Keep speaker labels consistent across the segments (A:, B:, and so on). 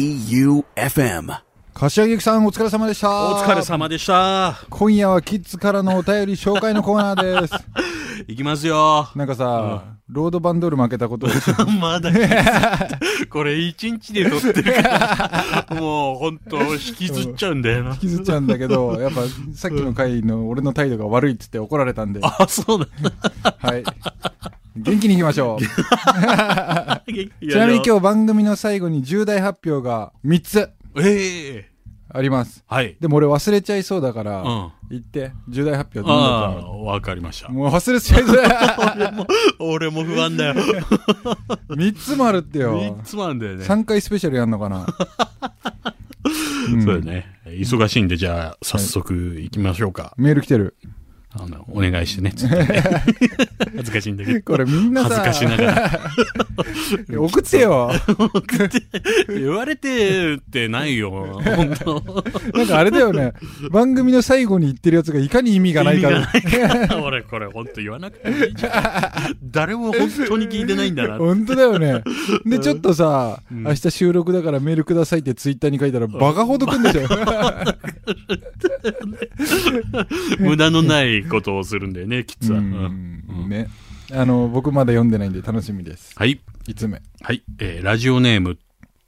A: J-O-E-U-F-M
B: 柏木由紀さんお疲れ様でした
C: お疲れ様でした。
B: 今夜はキッズからのお便り紹介のコーナーです
C: いきますよ。
B: なんかさ、ロードバンドール負けたことで
C: まだ引きずっ、これ一日で撮ってるから、もう本当引きずっちゃうんだよな
B: 気。づっちゃうんだけどやっぱさっきの回の俺の態度が悪いっつって怒られたんで は
C: あ、そうなんだ。
B: い元気にいきましょうち
C: ち
B: なみに今日番組の最後に重大発表が3つ
C: 日。ええ
B: あります
C: はい。
B: でも俺忘れちゃいそうだから、
C: うん
B: 言って重大発表
C: あ
B: なんだった
C: あ、わかりました
B: の。もう忘れちゃいそう
C: 俺も不安だよ。
B: 3つもあるってよ
C: いつもなんだよね。
B: 3回スペシャルやんのかなうん
C: そうだね。忙しいんで、じゃあ、早速行きましょうか。
B: メール来てる
C: あの、お願いしてね。つって ね恥ずかしいんだけど。
B: これみんな
C: 恥
B: さ
C: ずかしながら。
B: 送ってよ
C: 言われてってないよ。 本当。
B: なんかあれだよね番組の最後に言ってるやつがいかに意味がないか
C: 意味がないから 俺これ本当言わなくてもいいじゃん。誰も本当に聞いてないんだな。
B: 本当だ よねでちょっとさ、明日収録だからメールくださいってツイッターに書いたらバカほどくんで しょ
C: 無駄のないことをするんだよね、キッズ
B: う
C: は。
B: んねあの僕まだ読んでないんで楽しみです
C: はい。
B: 5つ目
C: はい。えーラジオネーム、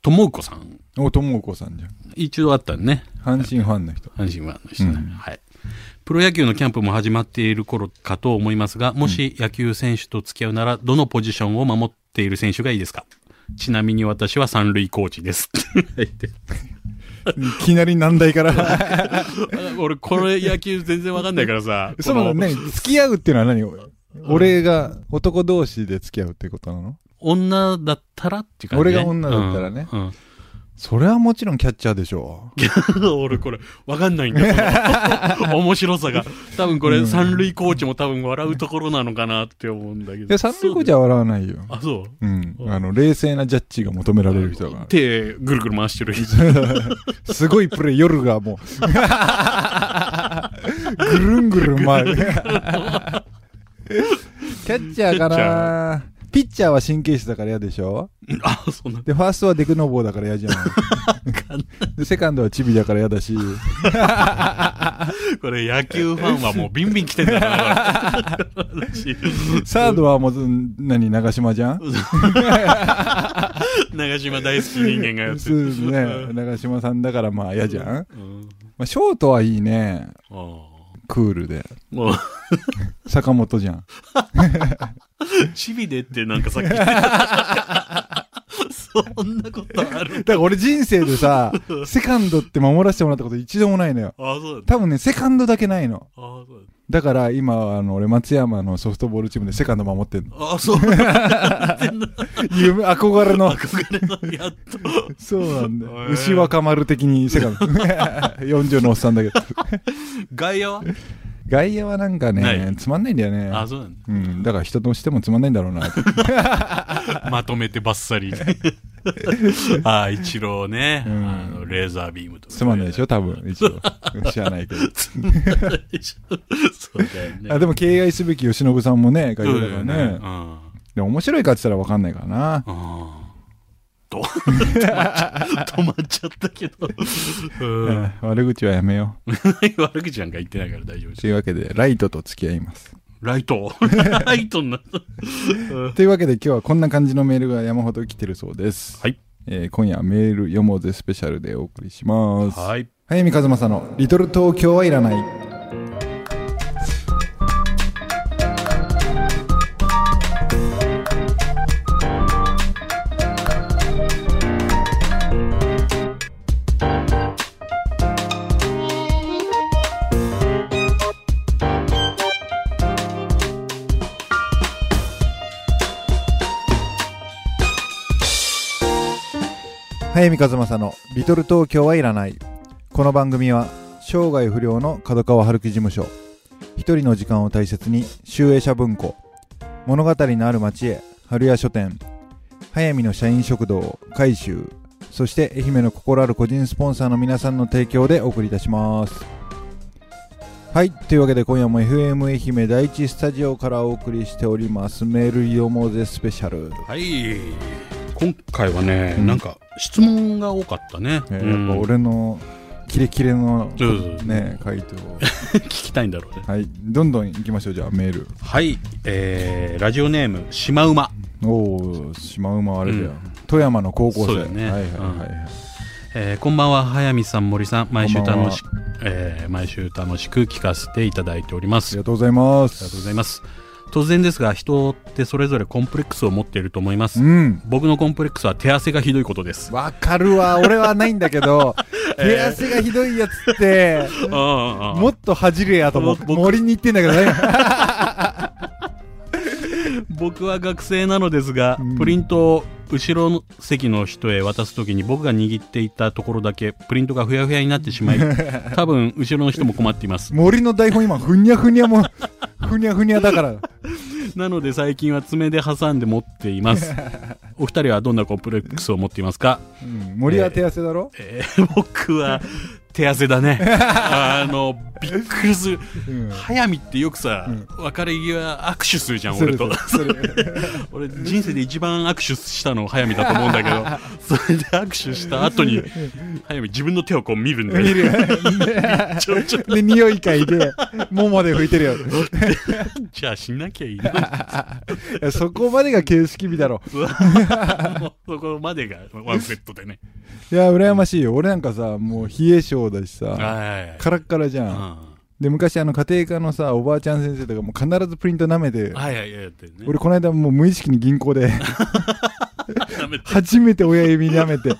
C: ともうこさん。
B: おともこさんじゃん
C: 一度あったね。
B: 阪神ファンの人
C: 阪神はの人ね、
B: うん
C: はい。プロ野球のキャンプも始まっている頃かと思いますが、もし野球選手と付き合うなら、どのポジションを守っている選手がいいですかちなみに私は三塁コーチ です。って言って
B: いきなり難題から。
C: 俺、これ野球全然わかんないからさ
B: その
C: こ
B: ね付き合うっていうのは何俺が男同士で付き合うってことなの
C: 女だったらっていう感じ、ね、
B: 俺が女だったらね
C: うんうん
B: それはもちろんキャッチャーでしょう
C: 俺これわかん ないんだこの 面白さが多分これ三塁コーチも多分笑うところなのかなって思うんだけど
B: いや三塁コーチは笑わないよ
C: あそう
B: うん、あの冷静なジャッジが求められる人が
C: 手ぐるぐる回してる人
B: すごいプレー夜がもうぐるんぐるん 回るキャッチャーか
C: キャッチ
B: なピッチャーは神経質だから嫌でしょ
C: あそんな
B: でファーストはデクノボーだから嫌じゃんでセカンドはチビだから嫌だし
C: これ野球ファンはもうビンビン来てんだな私
B: サードはもううん何長島じゃん
C: 長島大好き人間がやって
B: そう
C: る
B: ですね長島さんだからまあ嫌じゃん、
C: うん
B: まあ、ショートはいいね
C: ああ
B: クールで
C: もう
B: 坂本じゃん
C: チビでってなんかさっき言ってたそんなことある
B: だから俺人生で さ、セカンドって守らせてもらったこと一度もないのよ。
C: あそうだった
B: 多分ね、セカンドだけないの。
C: あそうだった
B: だから今、あの、俺松山のソフトボールチームでセカンド守って んの。
C: あそうだった
B: 夢、憧 れの。
C: 憧れのやっと
B: そうなんだよ。
C: へえ
B: 牛若丸的にセカンド。40のおっ さんだけど。
C: 外野は
B: 外野はなんか
C: な
B: ね
C: い、
B: つまんないんだよね。
C: あそうなんだ
B: うん、だから人としてもつまんないんだろうなって。
C: まとめてバッサ リああ一郎ね、
B: うん
C: あのレーザービームとか
B: つまんないでしょ多分、一応。知らないけど。
C: つまんないでしょそうだよね
B: あでも敬愛すべき由伸さんもね、外
C: そう
B: 野
C: だ
B: だか
C: よ
B: ら
C: ね
B: ね
C: う。ん
B: でも面白いかって言ったらわかんないからな。
C: うんと止まっちゃ止まっちゃったけど、うん
B: うん悪口はやめよう。
C: 悪口なんか言ってないから大丈夫です
B: というわけで、ライトと付き合います。
C: ライ トライトになった。
B: というわけで、今日はこんな感じのメールが山ほど来てるそうです。
C: はい。
B: えー今夜はメール読もうぜスペシャルでお送りします。い。
C: はい。
B: 早見和正のリトル東京はいらない。早見和正のリトル東京はいらない。この番組は生涯不良の角川春樹事務所。一人の時間を大切に、集英社文庫。物語のある町へ、春屋書店。早見の社員食堂、改修。そして愛媛の心ある個人スポンサーの皆さんの提供でお送りいたします。はい。というわけで今夜も FM 愛媛第一スタジオからお送りしております。メール読もうぜスペシャル。
C: はい。今回はね、
B: うん
C: なんか、質問が多かったね。
B: ね
C: うん
B: やっぱ俺のキレキレの
C: そうそうそう
B: ね回答
C: 聞きたいんだろうね。
B: はいどんどん行きましょうじゃあメール
C: はい、えー、ラジオネーム、シマウマ。
B: おおシマウマあれだよ、
C: うん
B: 富山の高校
C: そ
B: 生
C: うだよね
B: はいはいはいはい、
C: えーこんばんは、早見さん、森さん。毎週
B: こんばんは
C: 楽しく、えー毎週楽しく聞かせていただいておりま
B: あり
C: す。
B: がとうございま
C: あ
B: す
C: りがとうございます。突然ですが、人ってそれぞれコンプレックスを持っていると思います。
B: うん
C: 僕のコンプレックスは手汗がひどいことです。
B: わかるわ俺はないんだ けど手汗がひどいやつっても
C: も
B: っと恥じるやと思って
C: 僕
B: 森に言ってんだけどね
C: 僕は学生なのですが、
B: うん
C: プリントを後ろの席の人へ渡すときに僕が握っていたところだけプリントがふやふやになって しまい、多分後ろの人も困っています。
B: 森の台本今ふにゃふにゃもふにゃふにゃだから
C: なので最近は爪で挟んで持っています。 お二人はどんなコンプレックスを持っていますか
B: うん森は手汗だろ、
C: えー僕は手汗だ ねあのびっくりする
B: うん
C: 速水ってよくさ、別れ際握手するじゃん俺と
B: それ それ
C: 俺人生で一番握手したの速水だと思うんだけ どそれで握手した後に速水自分の手をこう見るんだよ
B: 見るよ
C: ちょちょ
B: で匂い嗅いでももで拭いてるよ
C: じゃあしなきゃいい な
B: いやそこまでが形式美だろ
C: もうそこまでがワンセットでね
B: いや羨ましいよ俺なんかさもう冷え性だしさ
C: はいはい
B: カラッカラじゃん、で昔あの家庭科のさおばあちゃん先生とかもう必ずプリント舐めて
C: うんはいはいはいやってるね
B: 俺この間もう無意識に銀 行で
C: 舐めて
B: 初めて親指舐 めて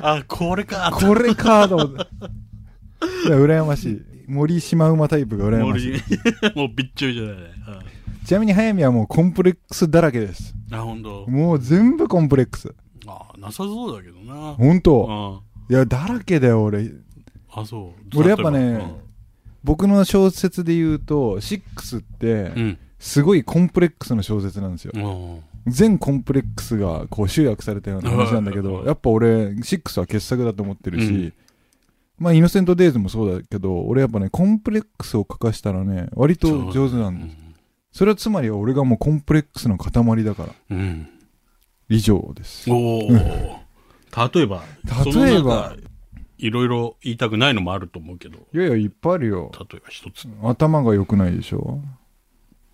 C: あこれか
B: これかと思っていや羨ましい森島馬タイプが羨ましい
C: 森 もうびっちょびちょだね、うん
B: ちなみに早見はもうコンプレックスだらけです
C: あ、本当。
B: もう全部コンプレックス
C: あ、なさそうだけどな。
B: 本当
C: あ
B: いやだらけだよ俺
C: あ、そう。
B: 俺やっぱね
C: 例え
B: 僕の小説で言うと「6」っ
C: ばう
B: て
C: ん。
B: すごいコンプレックスの小説なんですよ
C: うん。
B: 全コンプレックスがこう集約されたような話なんだけ
C: う
B: ど
C: ん
B: やっぱ俺6は傑作だと思ってるし、
C: うん
B: まあ「イノセント・デイズ」もそうだけど俺やっぱねコンプレックスを書かしたらね割と上手な
C: うん
B: です
C: ん。
B: それはつまり俺がもうコンプレックスの塊だから
C: うん。
B: 以上です
C: おお。例えば、
B: 例えば
C: その中、いろいろ言いたくないのもあると思うけど、
B: いやいやいっぱいあるよ
C: 例えば一つ。
B: 頭が良くないでしょ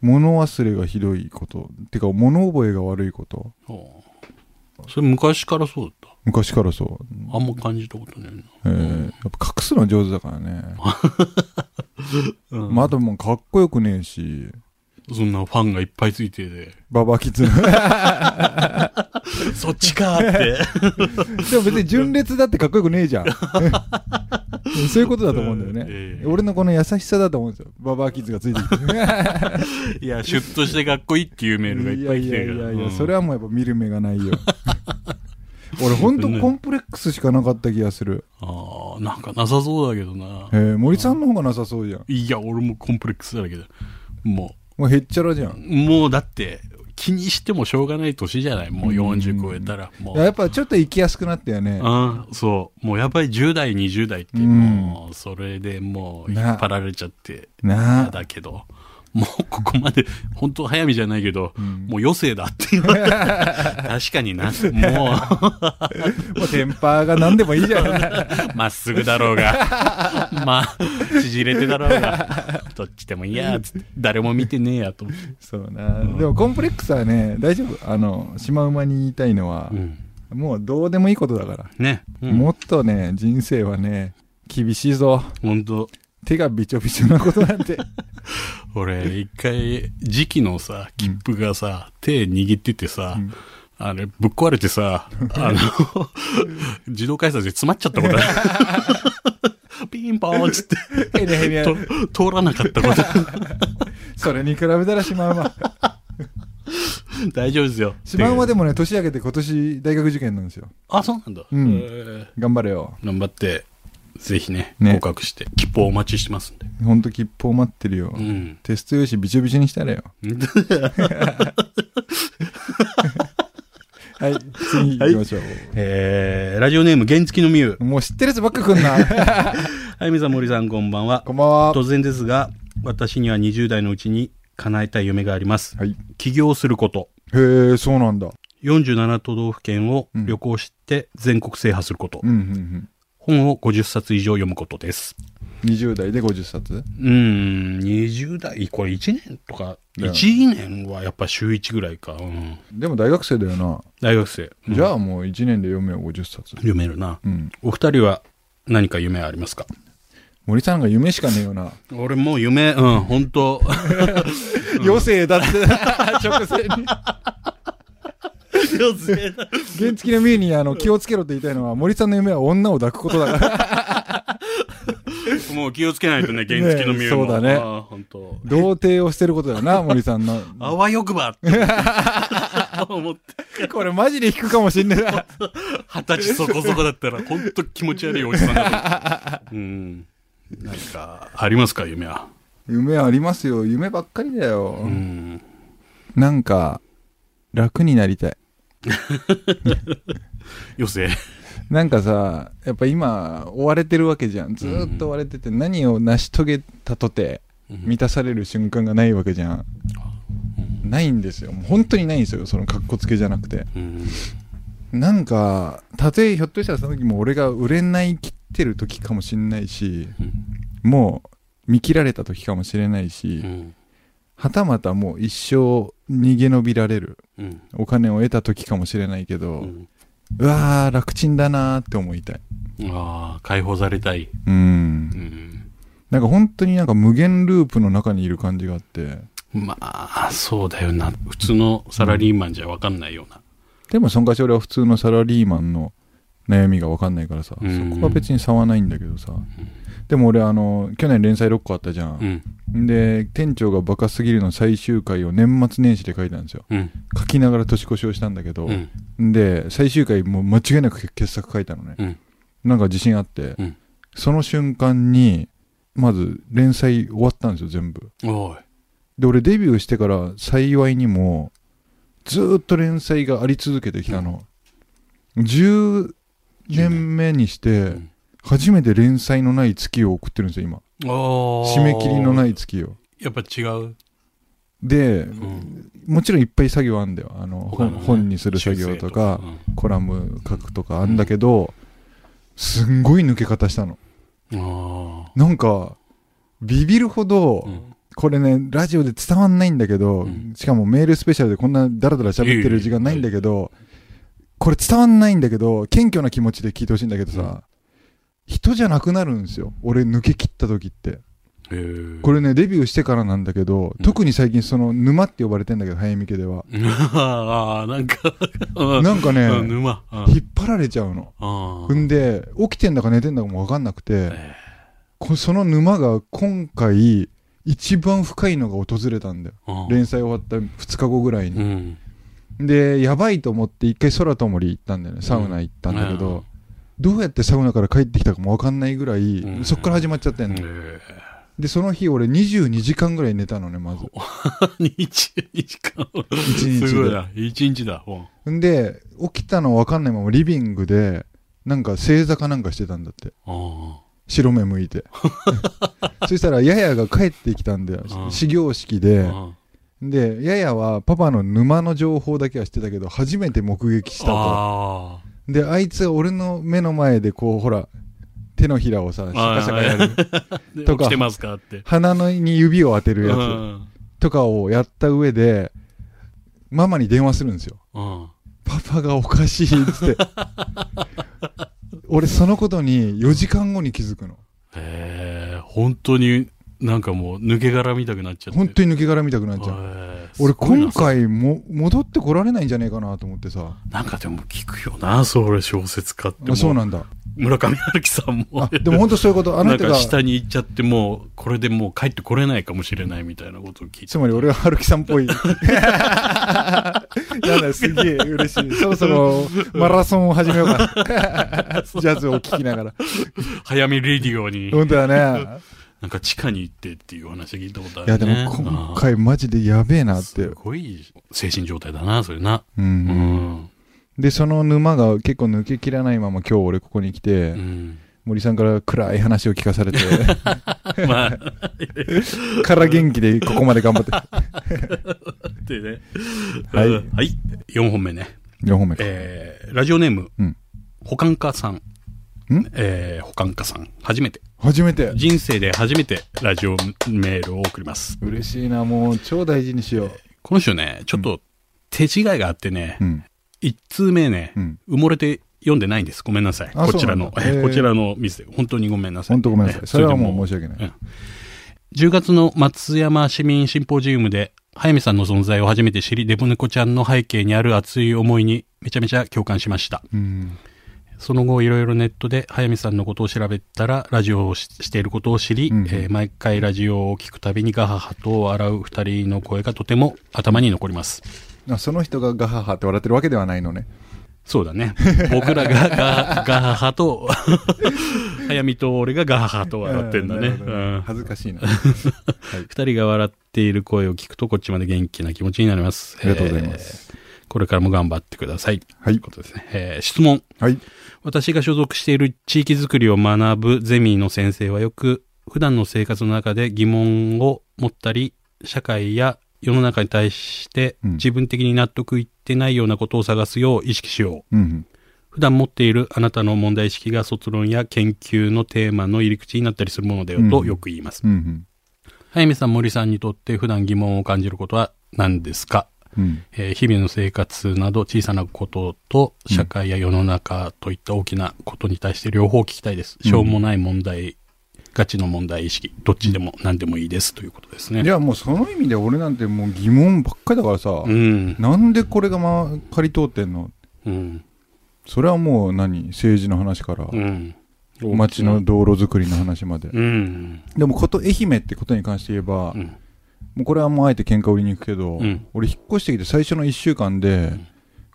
B: 物忘れがひどいことてか物覚えが悪いこと
C: おーそれ昔からそうだっ
B: 昔からそう
C: た。あんま感じたことないな。
B: えーやっぱ隠すの上手だからね。
C: うん
B: まあ、あともうかっこよくねえし、
C: そんなファンがいっぱいついて て、
B: ババアキッズ。 で
C: そっちかーって。
B: も別に純烈だってかっこよくねえじ ゃん。そういうことだと思うんだよ
C: え
B: ね。
C: え
B: 俺のこの優しさだと思うんですよ。ババアキッズがついてきて。
C: いや、シュッとしてかっこいいっていうメールがいっぱい来てる
B: い
C: か
B: や
C: ら。
B: いやいやいや、
C: うん
B: それはもうやっぱ見る目がないよ。 俺ほんとコンプレックスしかなかった気がする。
C: ああ、なんかなさそうだけどな
B: え。ー森さんの方がなさそうじゃん。
C: いや、俺もコンプレックスだらけだ。も
B: もうへっちゃらじゃん
C: う、。もうだって、気にしてもしょうがない年じゃないもう40超えたら。も
B: いやや
C: う。
B: っぱちょっと生きやすくなったよね。
C: あそう。もうやっぱり10代、20代って、
B: うん
C: もう、それでもう、引
B: な
C: っ張られちゃって、
B: な
C: 嫌
B: あ。
C: だけど、もうここまで、本当早見じゃないけど、
B: ん
C: もう余生だって 言われた。確かにな。もう。
B: もうテンパーが何でもいいじ ゃん。
C: まっすぐだろうが、 まあ、縮れてだろうが、どっちでもいいや、つって、誰も見てねえやと思って。
B: そうな、でもコンプレックスはね大丈夫あのシマウマに言いたいのは、もうどうでもいいことだから、
C: ね、うん、
B: もっとね人生はね厳しいぞ
C: ほんと、
B: 手がびちょびちょなことなん て
C: 俺、一回、時期のさ、切符がさ、手握っててさ、あれ、ぶっ壊れて さ、あの、自動改札で詰まっちゃったことある。 ピンポーンっつって、
B: へねへね
C: と通らなかった ことある。
B: それに比べたらシマウ マ
C: 大丈夫ですよ。
B: シマウマ
C: で。
B: でもね年明けて今年大学受験なんですよ
C: あ、そうなんだ。
B: うん
C: えー
B: 頑張れよ
C: 頑張って、ぜひね、
B: ね
C: 合格して、切符をお待ちしてますんで。
B: ほんと切符を待ってるよ、
C: うん。
B: テスト用紙びちょびちょにしたらよ はい次行きましょう、
C: えー、ラジオネーム、原付きのみゆ。
B: もう知ってるやつばっか来んな
C: あゆみさん、森さん、こんばんは。
B: こんばんは
C: 突然ですが、私には20代のうちに叶えたい夢があります。
B: はい
C: 起業すること。
B: へえそうなんだ
C: い47都道府県を旅行して全国制覇すること、
B: うんうん
C: 本を50冊以上読むことです。
B: うん、20代で50冊
C: うーん、20代、これ1年とか、
B: うん
C: 1年はやっぱ週1ぐらいか。うん、
B: でも大学生だよな、
C: 大学生。うん
B: じゃあもう1年で読めよ50冊
C: 読めるな。
B: うん
C: お二人は何か夢ありますか
B: 森さんが夢しかねえよな、
C: 俺もう夢、うん、本当
B: 余生だって 直線に原付のミーにあの気をつけろって言いたいのは森さんの夢は女を抱くことだから
C: もう気をつけないとね、原付の見えも
B: ねそうだね
C: あー本当
B: 童貞を捨てることだよな森さんの
C: あわよくばって思って。
B: これマジで引くかもしんねえな
C: 二十歳そこそこだ ったら、ほんと気持ち悪いおじさんだと思う。うん。なんか、ありますか、夢は。
B: 夢ありますよ夢ばっかりだよ、
C: うん。
B: なんか楽になりたい
C: 余生。
B: なんかさやっぱ今追われてるわけじゃんずーっと追われてて何を成し遂げたとて満たされる瞬間がないわけじゃん、ないんですよもう本当にないんですよその格好つけじゃなくて
C: うん。
B: なんかたとえひょっとしたらその時も俺が売れないきってる時かもしんないしもう見切られた時かもしれないし、
C: うん。
B: はたまたもう一生逃げ延びられる
C: うん。
B: お金を得た時かもしれないけ
C: う
B: ど、
C: ん。
B: うわー楽ちんだなーって思いたい
C: ああ、解放されたい。
B: うん
C: うん。
B: なんか本当になんか無限ループの中にいる感じがあって。
C: まあ、そうだよな。普通のサラリーマンじゃわかんないような。
B: でもそのかし俺は普通のサラリーマンの悩みがわかんないからさ、
C: うん
B: そこは別に差はないんだけどさ。でも俺あの、去年連載6個あったじゃ。
C: うんん。
B: で、店長がバカすぎるの最終回を年末年始で書いたんですよ。
C: うん。
B: 書きながら年越しをしたんだけど
C: う、ん。
B: で、最終回もう間違いなく傑作書いたのね。
C: うん。
B: なんか自信あって
C: うん、
B: その瞬間に、まず連載終わったんですよ、全部。
C: おい。
B: で俺デビューしてから幸いにもずーっと連載があり続けてきたの、10年目にし
C: う
B: て
C: ん
B: 初めて連載のない月を送ってるんですよ今
C: おー
B: 締め切りのない。月を
C: やっぱ違う。
B: で
C: うん。
B: もちろんいっぱい作業あんだよあの
C: 他の
B: 本
C: ね
B: 本にする作業とか
C: 修正
B: コラム書くとかあんだけど、すんごい抜け方したの
C: とかうんあ
B: なんかビビるほど、
C: あ。うん
B: これね、ラジオで伝わんないんだけど、
C: うん
B: しかもメールスペシャルでこんなダラダラ喋ってる時間ないんだけど、これ伝わんないんだけど、謙虚な気持ちで聞いてほしいんだけどさ、
C: うん
B: 人じゃなくなるんですよ。俺抜け切った時って。
C: へー
B: これね、デビューしてからなんだけ
C: う
B: ど、
C: ん
B: 特に最近その沼って呼ばれてんだけど、早見家では。
C: ああ、なんか、うん
B: なんかね、
C: うん沼。うん
B: 引っ張られちゃうの。
C: あー
B: んで、起きてんだか寝てんだかもわかんなくて、
C: え
B: こその沼が今回、一番深いのが訪れたんだよ。
C: ー
B: 連載終わった2日後ぐらいに
C: う。ん。
B: でやばいと思って一回空と森行ったんだよねサウナ行ったんだけど、
C: うん
B: どうやってサウナから帰ってきたかも分かんないぐらい、
C: うん
B: そっから始まっちゃってんの、
C: え
B: でその日俺22時間ぐらい寝たのねまず
C: ー22時間。
B: 1
C: すごい
B: 日
C: な。1日だ。うん
B: でんで起きたの分かんないままリビングでなんか正座かなんかしてたんだって
C: あ
B: 白目向 いてそしたらややが帰ってきたんだよ、
C: うん
B: 始業式で
C: ー、あ
B: でややはパパの沼の情報だけは知ってたけど初めて目撃したと
C: あ
B: で、あいつが俺の目の前でこう、ほら、手のひらをさ、シャカシャカやる。
C: ー。で
B: と
C: 起
B: か
C: きてますかって。
B: 鼻のに指を当てる
C: う
B: やつ
C: ん。
B: とかをやった上で、ママに電話するんですよ。
C: うん
B: パパがおかしいっつ って。俺、そのことに4時間後に気づくの。
C: えー本当になんかもう抜け殻みたくなっちゃって。
B: 本当に抜け殻みたくなっちゃう。
C: えー
B: 俺、
C: すごいな
B: 今回も、戻ってこられないんじゃねえかなと思ってさ。
C: なんかでも聞くよな、それ小説家って。
B: あそ
C: も
B: う
C: う
B: なんだ。
C: 村上春樹さんも
B: あ。でも本当そういうこと。あの
C: なん
B: 人
C: か
B: が、
C: 下に行っちゃってもう、これでもう帰ってこれないかもしれないみたいなことを聞いて。
B: つまり俺は春樹さんっ ぽい。やだ、すげえ嬉しい。 そろそろマラソンを始めようかな。ジャズを聴きながら。
C: 早めレディオに、
B: 本当だね。
C: なんか地下に行ってっていう話聞いたことあ
B: いや、
C: る
B: で
C: ね。
B: も今回マジでやべえ
C: あ
B: な
C: ー
B: って
C: す。ごい精神状態だな、それな。
B: う。
C: うんん。
B: で、その沼が結構抜けきらないまま今日俺ここに来て、
C: うん。
B: 森さんから暗い話を聞かされて、
C: まあ、っ
B: から元 気でここまで頑張って。
C: てね。
B: はい
C: うんはい。4本目ね。
B: 4本目か。
C: えーラジオネーム、
B: うん
C: 保管家さん。
B: ん
C: えー保管家さん。初めて。
B: 初めて。
C: 人生で初めてラジオメールを送ります。
B: 嬉しいな、もう超大事にしよう。
C: この人ね、ちょっと手違いがあってね、
B: うん。
C: 一通目ね、
B: うん
C: 埋もれて読んでないんです。ごめんなさい。
B: あ
C: こちらの、
B: そうなん
C: え
B: だへー
C: こちらのミスで。本当にごめんなさい。
B: 本当ごめんなさ
C: え
B: い。それは
C: で
B: もう申し訳ない。
C: 10月の松山市民シンポジウムで、早見さんの存在を初めて知り、デボ猫ちゃんの背景にある熱い思いにめちゃめちゃ共感しました。
B: うん。
C: その後、いろいろネットで早見さんのことを調べたら、ラジオをししていることを知り、
B: うん
C: えー毎回ラジオを聞くたびにガハハと笑う二人の声がとても頭に残ります。
B: あその人がガハハって笑ってるわけではないのね。
C: そうだ ね。僕らがガガハハと、 早見と俺がガハハと笑ってんだね。
B: うなるほど
C: うん
B: 恥ずかしいな。
C: 二人が笑っている声を聞くと、こっちまで元気な気持ちになります。
B: ありがとうございます
C: えー。これからも頑張ってください。
B: は
C: とい
B: い
C: うことですね。えー質問。
B: はい。
C: 私が所属している地域づくりを学ぶゼミの先生はよく、普段の生活の中で疑問を持ったり、社会や世の中に対して
B: うん
C: 自分的に納得いってないようなことを探すよう意識しよう。
B: うん。
C: 普段持っているあなたの問題意識が卒論や研究のテーマの入り口になったりするものだよ
B: う
C: と
B: ん
C: よく言います。
B: うん。
C: 早見さん、森さんにとって普段疑問を感じることは何ですか、
B: うん。
C: えー日々の生活など小さなことと社会や世の中といった大きなことに対して両方聞きたいです。
B: うん
C: しょうもない問題、ガチの問題意識、どっちでも何でもいいですということです
B: い
C: ね。
B: や、もうその意味で俺なんてもう疑問ばっかりだからさ、
C: うん。
B: なんでこれがま仮通ってんの
C: うん。
B: それはもう何政治の話から、
C: うん。
B: 街の。道路づくりの話まで。
C: うん。
B: でもこと愛媛ってことに関して言えば、
C: う
B: も
C: ん。
B: うこれはもうあえて喧嘩売りに行くけど、
C: うん
B: 俺引っ越してきて最初の1週間で、
C: ん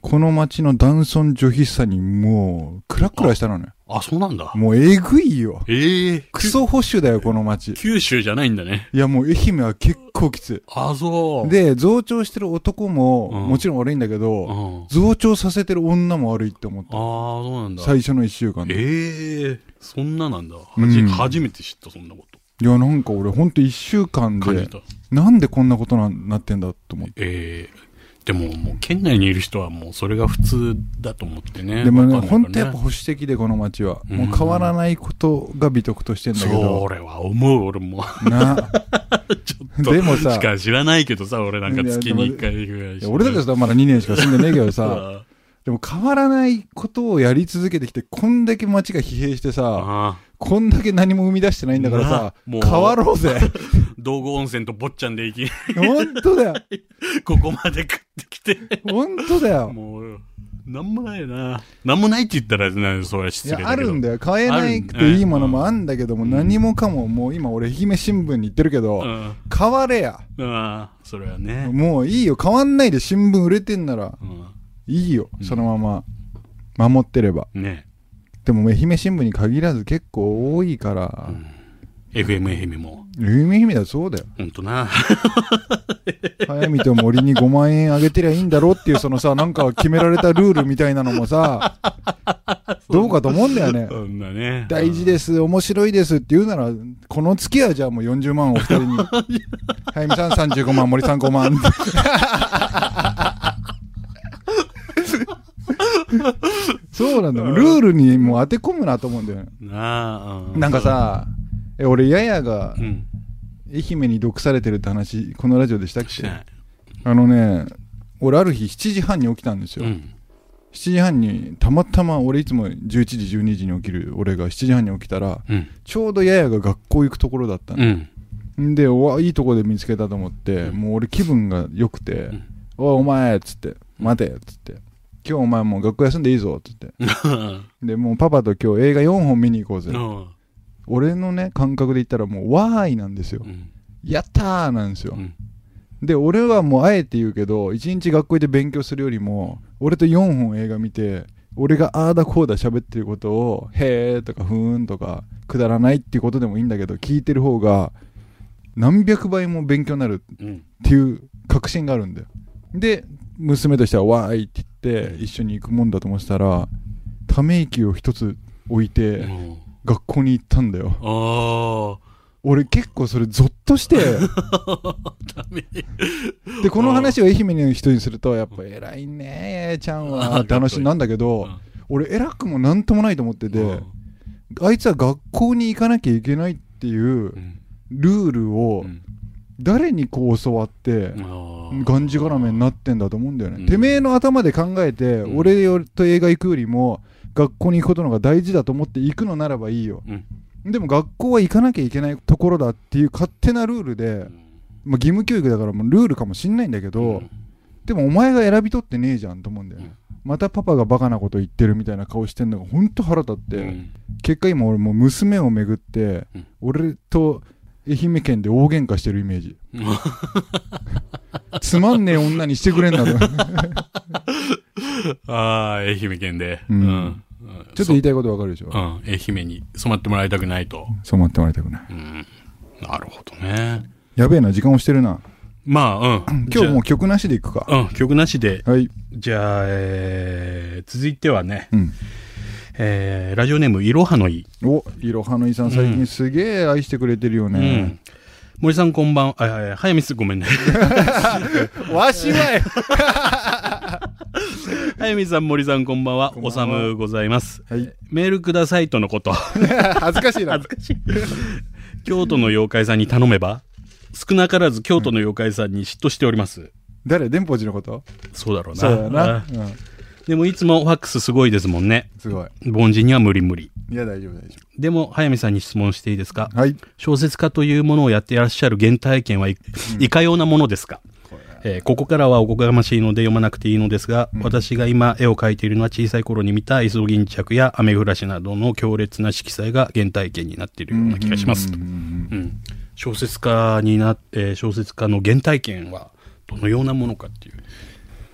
B: この街の男尊女卑さにもう、クラクラしたのね。
C: あ、そうなんだ。
B: もうえぐいよ。
C: ええー。
B: クソ保守だよ、この街。
C: 九州じゃないんだね。
B: いや、もう愛媛は結構きつ
C: あ、そ
B: い。
C: う。、
B: で、増長してる男も、
C: うん
B: もちろん悪いんだけ
C: う
B: ど、
C: ん、あ
B: 増長させてる女も悪いって思っ
C: あー、
B: た。
C: そうなんだ。
B: 最初の1週間で。
C: ええそんななんだ。はじ、
B: うん
C: 初めて知った、そんなこと。
B: いや、なんか俺ほんと1週間
C: 感じ
B: で、
C: た。
B: なんでこんなことななってんだと思って。
C: ええでも、もう、県内にいる人はもう、それが普通だと思ってね。
B: でもね、
C: わかんないから
B: ほんとやっぱ保守的で、この街は。
C: うん
B: もう変わらないことが美徳としてんだけ
C: そ
B: ど。
C: れは思う、俺も。
B: な。
C: ちょっと。
B: でも
C: し
B: さ、
C: か知らないけどさ、俺なんか月に一回ぐらい
B: いや俺だけ
C: ど
B: どさ、まだ2年しか住んでねえけどさ、、でも変わらないことをやり続けてきて、こんだけ街が疲弊してさ、
C: ああ
B: こんだけ何も生み出してないんだからさ、
C: なも
B: 変
C: う
B: わろ うぜ。
C: 道後温泉と坊ちゃんで行
B: 本当だよ。
C: き、ここまで食ってきて。
B: 本当だよ。
C: もう、なんもないな。なんもないって言ったら、なそれはい失礼だけ
B: や、
C: ど。
B: あるんだよ。買えないくていいものもあんだけども、
C: ん
B: 何もかももう今俺愛媛新聞に行ってるけ
C: う
B: ど、
C: ん。
B: 変われや。
C: うん。それはね。
B: もういいよ。変わんないで新聞売れてんなら、
C: う
B: いいよ。そのまま、守ってれば。
C: ん。ね
B: でも愛媛新聞に限らず結構多いから、
C: FM 愛媛も。
B: 愛媛だよそうだよ。
C: ほんとな。
B: 早見と森に5万円あげてりゃいいんだろっていう、そのさ、なんか決められたルールみたいなの もさ、どうかと思うんだよね。
C: そんなね。
B: 大事です、面白いですって言うなら、この月はじゃあもう40万お二人 に。早見さん35万、森さん5万。そうなんだよ。ルールにもう当て込むなと思うんだよね。
C: なあ。う
B: なんか、さ、え俺、ややが
C: うん。
B: 愛媛に毒されてるって話、このラジオでしたっ
C: し
B: け
C: ない。
B: あのね、俺ある日7時半に起きたんですよ。
C: うん。
B: 7時半に、たまたま俺いつも11時、12時に起きる俺が7時半に起きたら、
C: うん。
B: ちょうどややが学校行くところだったん
C: う
B: で、
C: ん。
B: ん、で、おわいいとこで見つけたと思って、
C: うん
B: もう俺気分が良くて、
C: ん
B: おいお前っつって、待てっつって、今日お前もう学校休んでいいぞっつって、で、もうパパと今日映画4本見に行こうぜ。
C: うん
B: 俺のね、感覚で言ったらもう、わーいなんですよ
C: う。ん。
B: やったーなんですよ
C: う。ん。
B: で俺はもうあえて言うけど一日学校で勉強するよりも俺と4本映画見て俺がああだこうだ喋ってることを「へえ」とか「ふーん」とかくだらないっていうことでもいいんだけど聞いてる方が何百倍も勉強になる
C: うん。
B: っていう確信があるんだよで娘としては「わーい」って言って一緒に行くもんだと思ってたらため息を一つ置いて
C: うん
B: 学校に行ったんだよ
C: ああ。
B: 俺結構それゾッとし て
C: ダメ。
B: でこの話を愛媛の人にするとやっぱ偉いねえちゃんはって話なんだけど
C: うん
B: 俺偉くもなんともないと思ってて、
C: うん
B: あいつは学校に行かなきゃいけないっていう
C: うん
B: ルールを
C: うん
B: 誰にこう教わって
C: あー
B: がんじがらめになってんだと思うんだよね、
C: うん
B: てめえの頭で考えて、
C: うん
B: 俺よりと映画行くよりも学校に行くことの方が大事だと思って行くのならばいいよ
C: うん
B: でも学校は行かなきゃいけないところだっていう勝手なルールで、まあ、義務教育だからもうルールかもしんないんだけど、
C: ん
B: でもお前が選び取ってねえじゃんと思うんだよね、またパパがバカなこと言ってるみたいな顔してんのがほんと腹立って、
C: うん
B: 結果今俺もう娘をめぐって、
C: うん
B: 俺と愛媛県で大喧嘩してるイメージつまんねえ女にしてくれん なとちょっ
C: ああ、愛媛県で。
B: うん
C: うん
B: と言いたいことわかるでしょ、
C: うん、愛媛に染まってもらいたくないと。
B: そう思ってもらいたくない
C: うん。なるほどね。
B: やべえな時間押してるな
C: まあ、うん。
B: 今日もう
C: じ
B: 曲なしでいくか
C: ゃあ、うん、曲なしで。
B: はい
C: じゃあ、えー、続いてはね、
B: うん
C: えー、ラジオネーム、いろはのい。
B: おいろはのいさん最近すげえ愛してくれてるよ
C: う
B: ね
C: ん、。森さんこんばんは。あいやいや早見す、ごめんね。
B: わしはよ
C: 早見さん、森さんこんばんは。
B: んば
C: お
B: んは
C: さむございます。
B: はい
C: メールくださいとのこと。
B: 恥ずかしいな
C: 恥ずかしい。京都の妖怪さんに頼めば、少なからず京都の妖怪さんに嫉妬しております。
B: 誰電報寺のこと
C: そうだろうな。
B: そうだよな
C: あ
B: うん
C: でもいつもファックスすごいですもんね。
B: すごい
C: 凡人には無理無理。
B: いや大丈夫大丈
C: でも、早見さんに質問していいですか
B: 夫はい
C: 小説家というものをやっていらっしゃる原体験はい,、かようなものですかえーここからはおこがましいので読まなくていいのですが、私が今絵を描いているのは小さい頃に見た磯銀着や雨降らしなどの強烈な色彩が原体験になっているような気がしますとうん小説家になって、小説家の原体験はどのようなものかっていう。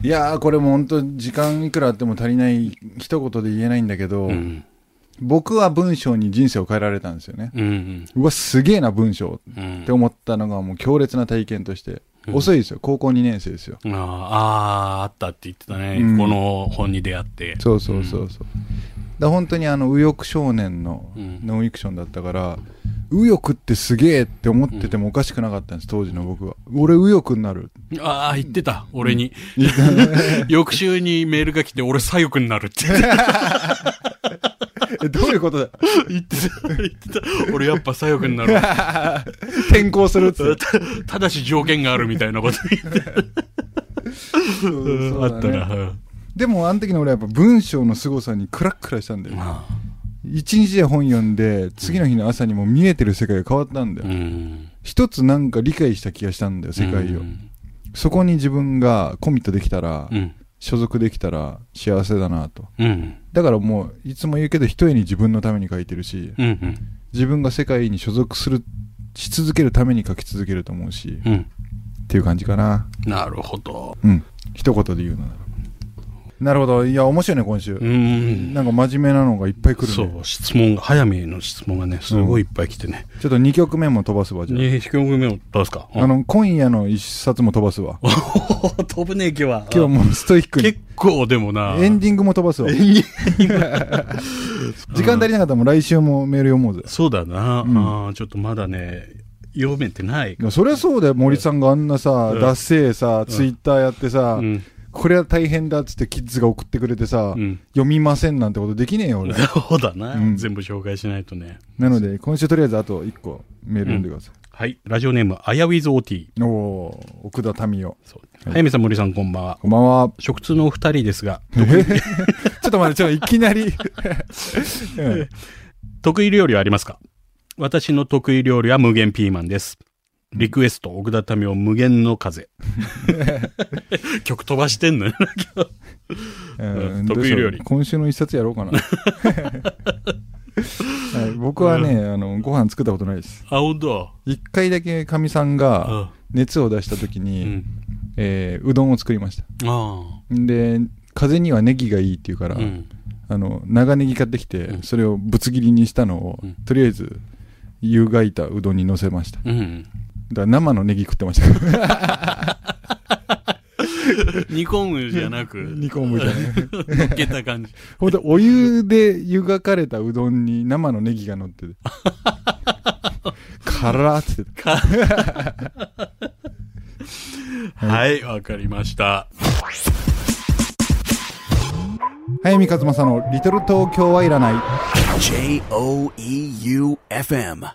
B: いやーこれも本当時間いくらあっても足りない一言で言えないんだけど、
C: うん。
B: 僕は文章に人生を変えられたんですよね、
C: うん。
B: うわすげえな文章
C: うんうん
B: って思ったのがもう強烈な体験として、遅いですよ高校2年生ですよ
C: あーあー、あったって言ってたね。
B: うん
C: この本に出会って。
B: そうそうそうそう、だ本当にあの右翼少年の
C: うん
B: ノンフィクションだったから、右翼ってすげえって思っててもおかしくなかったんです当時の僕は俺右翼になる
C: ああ、言ってた、俺に。 翌週にメールが来て、俺左翼になるって言 ってた。
B: えどういうことだ
C: 言ってた、言ってた。俺やっぱ左翼にな る。
B: 転校するっつって
C: たただし条件があるみたいなこと言って
B: そ う
C: あ
B: そうだ
C: っ
B: ね
C: たな。うん
B: でもあの時の俺はやっぱ文章の凄さにクラックラしたんだよ、一日で本読んで次の日の朝にも見えてる世界が変わったんだよ、
C: うん。
B: 一つなんか理解した気がしたんだよ世界を、
C: うん
B: そこに自分がコミットできたら、
C: うん。
B: 所属できたら幸せだなと
C: うん。
B: だからもういつも言うけど一重に自分のために書いてるし
C: うん。
B: 自分が世界に所属するし続けるために書き続けると思うし、っ
C: うんうん。
B: ていう感じかな
C: なるほど。
B: うん一言で言うのならなるほどいや面白いね今週、
C: うん。
B: なんか真面目なのがいっぱい来るね
C: そう、質問が、早めの質問がね、すごいいっぱい来てね。
B: ちょっと2曲目も飛ばすわじゃあ
C: ね、飛行組をどうですか
B: あの、今夜の一冊も飛ばすわ。
C: 飛ぶね、今日は。
B: 今日もうストイックに
C: 結。構でもな。
B: エンディングも飛ば すわ。時 間足りなかったらもう来週もメール読もうぜ。
C: そうだな、
B: ん
C: あーちょっとまだね、読めてない。
B: そりゃそうだよ、森さんがあんなさ、
C: うん
B: ダッセーさ、ツイッターやってさ
C: う、ん。
B: これは大変だっつってキッズが送ってくれてさ
C: う、ん。
B: 読みませんなんてことできねえよ、俺。
C: そうだな、
B: うん
C: 全部紹介しないとね。
B: なので、今週とりあえずあと1個メール読んでくださ
C: はい。ラジオネーム、あやウィズ OT。
B: い。おー、奥田民生。
C: そう。早見さん、森さん、こんばんは。
B: こんばんは。
C: 食通のお二人ですが、
B: ちょっと待って、ちょっといきなり。 うん
C: 得意料理はありますか私の得意料理は無限ピーマンです。リクエスト、奥田民生、無限の 風。曲飛ばしてんのよ。
B: う
C: うんん得意料理
B: どうしよう今週の一冊やろ うかな。はい僕はね、あの、ご飯作ったことないです。
C: あ、ほんと。
B: 一回だけかみさん
C: う
B: が
C: ん。
B: 熱を出した時
C: う。
B: に、うんえーうどんを作りました。
C: あ
B: で、風にはネギがいいっていうから、
C: あ。うん。
B: あの、長ネギ買ってきて、
C: うん
B: それをぶつ切りにしたのを、
C: うん
B: とりあえず、湯がいたうどんに乗せました。だか
C: うん。
B: ら生のネギ食ってました。
C: 煮込むじゃなく、
B: 煮込むじゃない。
C: 乗っけた感じ。
B: ほんと、お湯で湯がかれたうどんに生のネギが乗ってて。からーって。
C: はい、わかりました。
B: 早見和正のリトル東京はいらない。
A: J O E U F M.